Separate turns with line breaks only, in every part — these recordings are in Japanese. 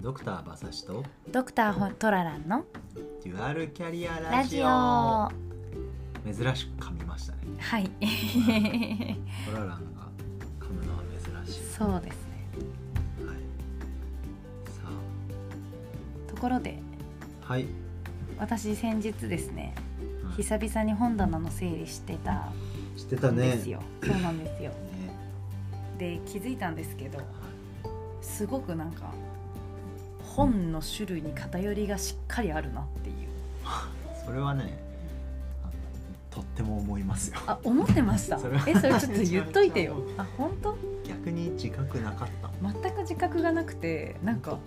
ドクター馬刺しと
ドクターホトラランの
デュアルキャリアラ
ラジ
ジオ
オは
珍しく噛みましたね
い
トラランが噛むのは珍しい、
そうですね
はい、さ
ところで
あはい、
私先日ですね
うん
久々に本棚の整理してた
知ってた
ん
ね
ですよ、そうなんですよ
ね
で気づいたんですけど
は
すごくなんか本の種類に偏りがしっかりあるなっていう
いそれはねあのとっても思いますよ
あ思ってました
それは
えそ れちょっと言っといてよあ本当
逆に自覚なかった
全く自覚がなくてなんか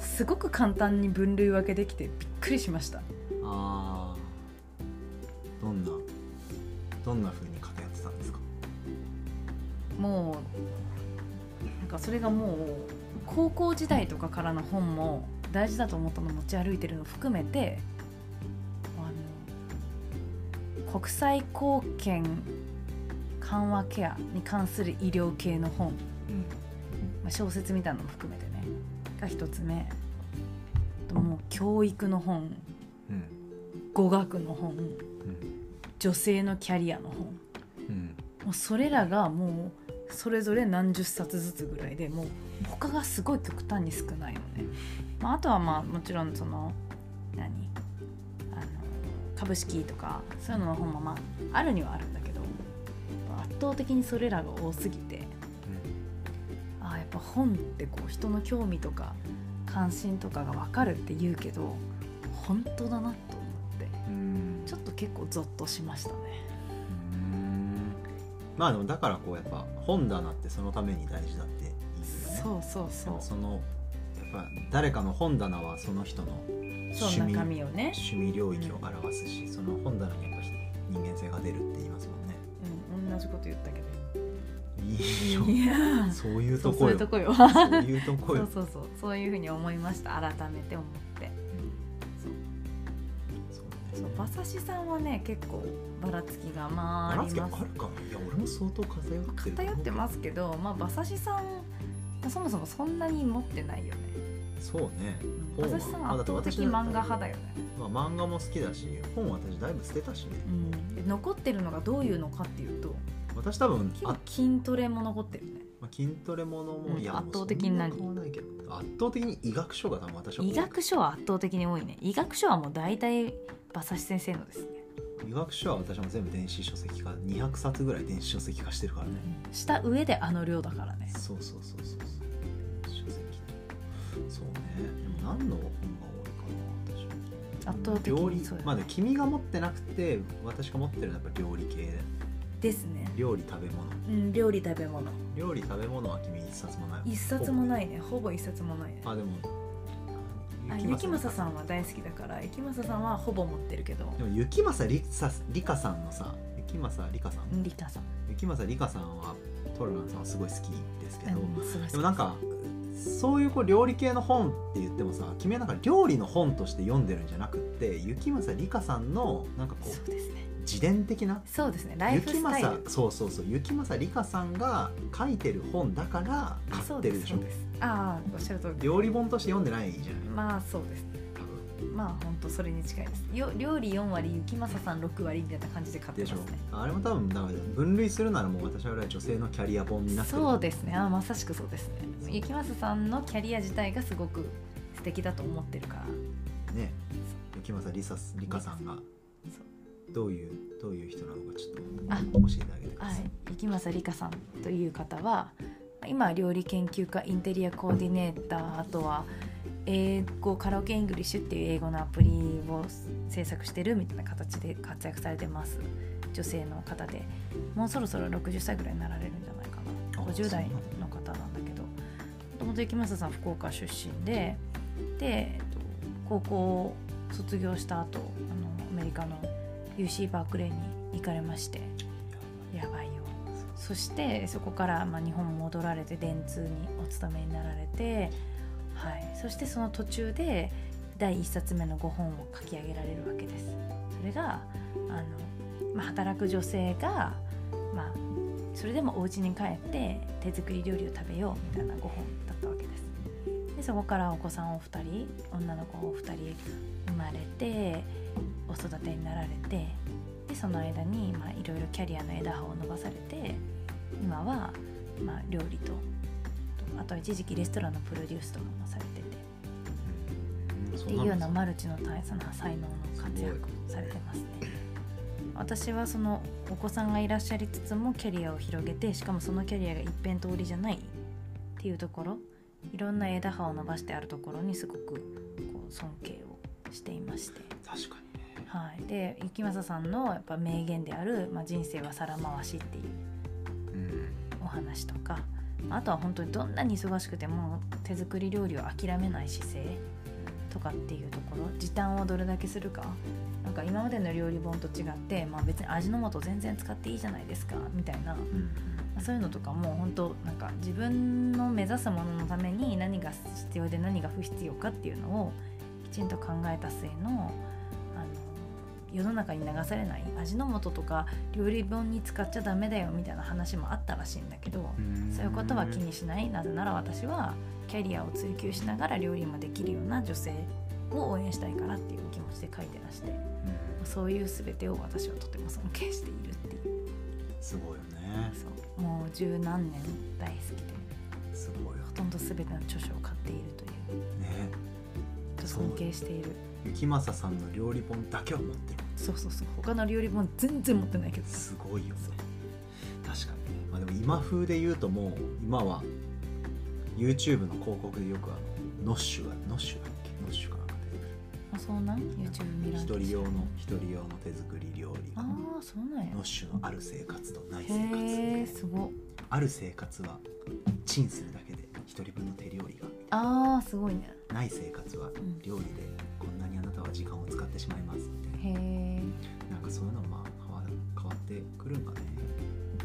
すごく簡単に分類分けできてびっくりしました
あーどんなどんな風に偏ってたんですか
もうなんかそれがもう高校時代とかからの本も大事だと思ったの持ち歩いてるの含めてあの国際貢献緩和ケアに関する医療系の本、
うん
まあ、小説みたいなのも含めてねが一つ目あともう教育の本
うん
語学の本
うん
女性のキャリアの本
うん
もうそれらがもうそれぞれ何十冊ずつぐらいでもう他がすごい極端に少ないのね、まあ、あとはまあもちろんその何あの株式とかそういうのの本もまああるにはあるんだけど圧倒的にそれらが多すぎてああやっぱ本ってこう人の興味とか関心とかが分かるって言うけど本当だなと思って
うん
ちょっと結構ゾッとしましたね。
うんまあでもだからこうやっぱ本棚ってそのために大事だって言うよね
そうそうそう
そのやっぱ誰かの本棚はその人の
そ
趣
の
味
中身をね、
趣味領域を表すしその本棚にやっぱ人間性が出るって言いますもんね
うん、同じこと言ったけど
いいよ
いやー
そういう
そ
と
うそ
こ
うい
よ
うとこよ
そういうとこ
そ
よ
うそうそうそういうふうに思いました改めて思って
そう
そう
ね
馬刺しさんはね結構ばらつきがまあ
バ
あ
ラン
り
スがあ
ま
る
す
かないや俺も相当偏ってる
偏ってますすけどまあ馬刺しさんそもそもそんなに持ってないよね
そうね
う
本
ん
は
馬刺しさんは
あだ
圧
って
倒
私
的漫画派だよね、
まあ、漫画も好きだし本は私だいぶ捨てたしね
うん、で残ってるのがどういうのかっていうと
私多分
結
あ
構筋トレも残ってるね
まあ、筋トレものも、
うん
いや
圧倒的に何
もうそんな変わらないけど圧倒的に医学書が多分私は多い
医学書は圧倒的に多いね医学書はもう大体馬刺し先生のですね
医学書は私も全部電子書籍化200冊ぐらい電子書籍化してるからね、
した上であの量だからね
そうそうそうそうそう書籍そうねでも何の本が多いかな
圧
私
倒的
料理
にそうや
まあね君が持ってなくて私が持ってるのはやっぱ料理系で
ですね
料理食べ物
うん料理食べ物
料理食べ物は君一冊もない
一冊もないいねほぼ一冊もないね
あでも
あ
雪
雪
政
政さんは大好きだから雪政さんはほぼ持ってるけど
でも雪政りさりかさんのさ雪政りかさん、
うんリカさん
雪政りかさんはトルランさんはすごい好きですけど、
うんすごい好き
でもなんかそういうこう料理系の本って言ってもさ君はなんか料理の本として読んでるんじゃなくって雪政りかさんのなんかこ
そううですね
自伝的な
そうですねライフ
雪
スタイ
政
ル
そうそうそう雪政りかさんが書いてる本だから
そ
買っ
う
て
で
る
す
でし
そ
ょ
うですああおっしゃる通り
料理本として読んでないじゃない
まあそうですね
多分
まあ本当それに近いですよ料理4割雪政さん6割みたいな感じで買って
で
ま
し
す
ょ
ね
あれも多分だから分類するならもう私はあれは女性のキャリア本になってる
そうですねあまさしくそうですね雪政さんのキャリア自体がすごく素敵だと思ってるから
ね雪政りさりかさんが
そ
どういうどういう人なのかちょ
あ
っと教えてあげてくだ
は
さい
い、雪政理香さんという方は今料理研究家インテリアコーディネーターあとは英語カラオケイングリッシュっていう英語のアプリを制作してるみたいな形で活躍されてます女性の方でもうそろそろ60歳ぐらいになられるんじゃないか
あ
な50代の方なんだけどもともと雪政さん福岡出身ででえっと高校を卒業した後あのアメリカの UC バークレーに行かれまして。やばいよそしてそこから、まあ、日本戻られて電通にお勤めになられて、はい、そしてその途中で第1冊目の5本を書き上げられるわけですそれがあの、まあ、働く女性が、まあ、それでもお家に帰って手作り料理を食べようみたいな5本だったわけですでそこからお子さんお二人女の子お二人生まれてお育てになられてでその間にまあいろいろキャリアの枝葉を伸ばされて今はまあ料理とあとは一時期レストランのプロデュースとかもされて
う
て
ん
っ
そ
て
ん
い
な
うような
の
マルチの多彩な才能の活躍をされてますね。私はそのお子さんがいらっしゃりつつもキャリアを広げてしかもそのキャリアが一辺通りじゃないっていうところいろんな枝葉を伸ばしてあるところにすごくこう尊敬をしていまして、
確かにね
はい、で雪政さんのやっぱ名言である「まあ、人生は皿回し」っていう
うん
お話とかあとは本当にどんなに忙しくても手作り料理を諦めない姿勢とかっていうところ時短をどれだけするかなんか今までの料理本と違って、まあ、別に味の素全然使っていいじゃないですかみたいな
うん
そういうのとかも本当なんか自分の目指すもののために何が必要で何が不必要かっていうのをきちんと考えた末のあの世の中に流されない味の素とか料理本に使っちゃダメだよみたいな話もあったらしいんだけど。
うん
そういうことは気にしないなぜなら私はキャリアを追求しながら料理もできるような女性を応援したいからっていう気持ちで書いてらし
う
て
ん
そういう全てを私はとても尊敬しているっていう
すごいよね
そうもう十何年大好きです
ごいよ
ほとんど全ての著書を買っているという
ね
尊敬している
雪政さんの料理本だけを持ってる
そうそうそう他の料理本全然持ってないけど
すごいよね確かにね、まあ、でも今風で言うともう今は YouTube の広告でよくあのノッシュがノッシュだっけノッシュかなんか出てくる
あそうなん YouTube 見られ
一
て
人用の一人用の手作り料理
ああそうなんや
ノッシュのある生活とない生
へえ
活
すごっ
ある生活はチンするだけで一人分の手料理がみたい
あーすごいね
なない生活は
ん
料理でこんなにあなたは時間を使ってしまいますみたい
へえ
ななんかそういうのもまあ変わ変わってくるんかね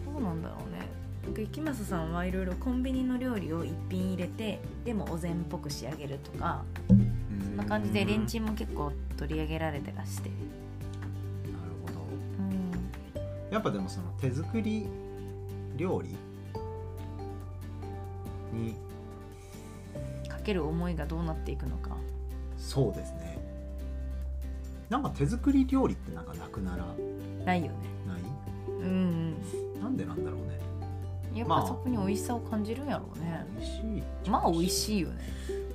どうなんだろうねなんか雪政さんはいろいろコンビニの料理を一品入れてでもお膳っぽく仕上げるとか
そ
そんな感じでレンチ
ン
ンも結構取り上げられてらして
なるほど
うん
やっぱでもその手作り料理に
かける思いがどうなっていくのか
そうですねなんか手作り料理ってなんかなくなら
ないよね
ない
うん
なんでなんだろうね
やっ
ま
ぱ
あ
そこに美味しさを感じるんやろうね
美味しいっちゃ
まあ美味
い
しいよね、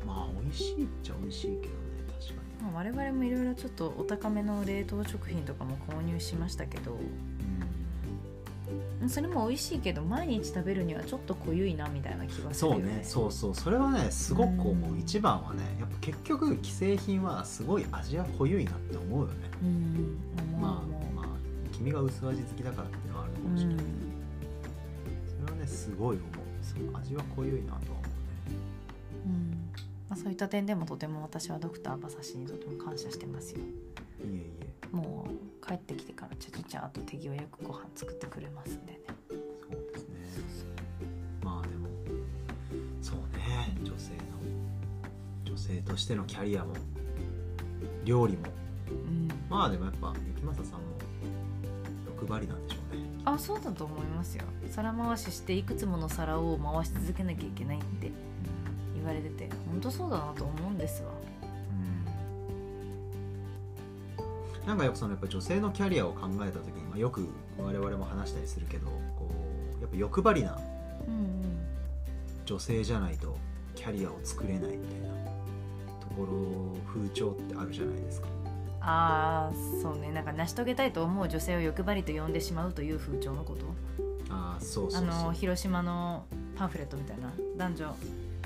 まあ美味しいっちゃ美味しいけどね確か
まあ、我々もいろいろちょっとお高めの冷凍食品とかも購入しましたけど
に
それも美味しいけど毎日食べるにはちょっと濃ゆいなみたいな気がする
そ
よ
うねそうそうそれはねすごく思う一番はねやっぱ結局既製品はすごい味は濃ゆいなって思うよね
うん思う
ま
思う
あまあ君が薄味好きだからっていうのはあるか
う
もしれない、
ん
それはねすごい思うそう味は濃ゆいなとは思うね
うんまあ、そういった点でもとても私はドクター馬刺しにとても感謝してますよ
いえい
もう帰ってきてからちゃちゃちゃっと手際よくご飯作ってくれますんでね
えそうですねまあでもそうね女性の女性としてのキャリアも料理も
うん
まあでもやっぱ雪政さんも欲張りなんでしょうね
あそうだと思いますよ皿回ししていくつもの皿を回し続けなきゃいけないって言われてて本当そうだなと思うんですわ
うんなんかよくそのやっぱ女性のキャリアを考えた時に、まあ、よく我々も話したりするけどこうやっぱ欲張りな
うん
女性じゃないとキャリアを作れないみたいなところ風潮ってあるじゃないですか
うんああそうねなんか成し遂げたいと思う女性を欲張りと呼んでしまうという風潮のこと
ああそうそ
あ
うそ
の
う
広島のパンフレットみたいな男女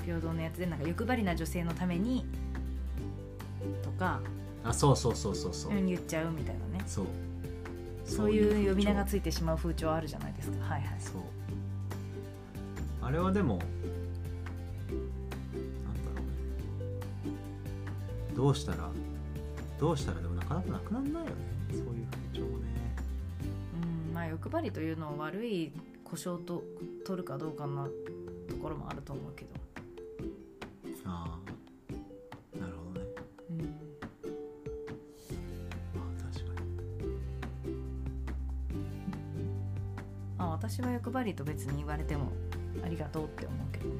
平等のやつでなんか欲張りな女性のためにとか
あそうそうそうそうそう、
うん言っちゃうみたいなね
そう
そういう呼び名が
つ
ついてしまう風潮あるじゃないですかはいはい
そうあれはでもなんだろうねどうしたらどうしたらでもなかなかなくならないよねそういう風潮ね
うんまあ欲張りというのを悪い故障と取るかどうかなところもあると思うけど、
ああなるほどね
うん、
まあ確かに
まあ私は欲張りと別に言われてもありがとうって思うけどね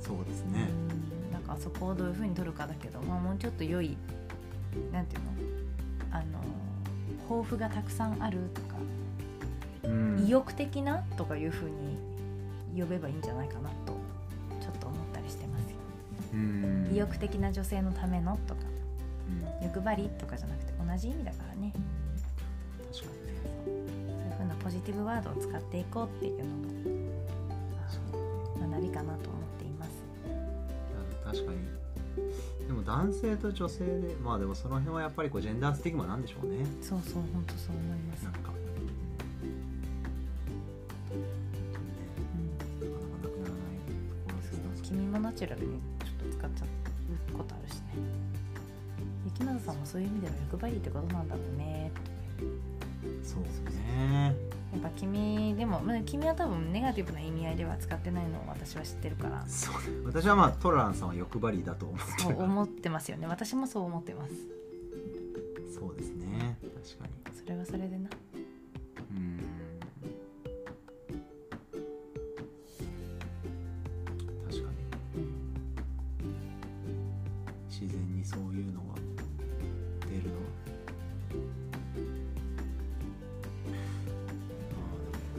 そうですね、
うんなんかそこをどういうふうに取るかだけど、まあ、もうちょっと良いなんていうのあの抱負がたくさんあるとか、
うん
意欲的なとかいうふうに呼べばいいんじゃないかなとちょっと思ったりしてますよ、
うん
意欲的な女性のためのとか
うん
欲張りとかじゃなくて同じ意味だからね
確かにね
そういうふうなポジティブワードを使っていこうっていうのが学びかなと思っています。
いや確かにでも男性と女性でまあでもその辺はやっぱりこうジェンダースティグマなんでしょうね
そうそう本当そう思います
なん。か、
う
ね、
ん
なかなかなくならないところですね
君もナチュラルにちょっと使っちゃうことあるしね雪村さんもそういう意味では欲張りってことなんだろうね
そうですね
やっぱ君でも、まあ、君は多分ネガティブな意味合いでは使ってないのを私は知ってるから
そう私はまあトランさんは欲張りだと思って
そう
る
思ってますよね私もそう思ってます
そうですね確かに
それはそれでな
うん確かに
うん
自然にそういうのが出るのは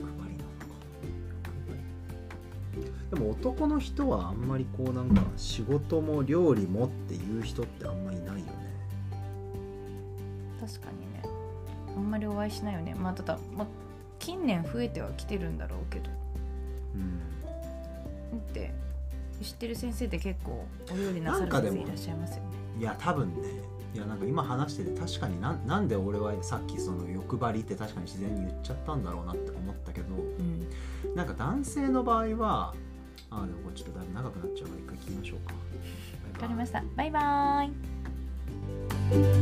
あーでも欲張りなのか欲張りでも男の人はあんまりこうなんか仕事も料理もっていう人ってあんまりいないよね
確かにねあんまりお会いしないよねまあただ、まあ、近年増えてはきてるんだろうけど
うん
だって知ってる先生って結構お料理なさる
なんかで
先
も
生いらっしゃいますよね
いや多分ねいやなんか今話してて確かになんなんで俺はさっきその欲張りって確かに自然に言っちゃったんだろうなって思ったけど、
うん
なんか男性の場合はあーでもこれちょっとだいぶ長くなっちゃうから一回切りましょうか。
わ
バ
か
イバ
り
イ
ましたバイバーイ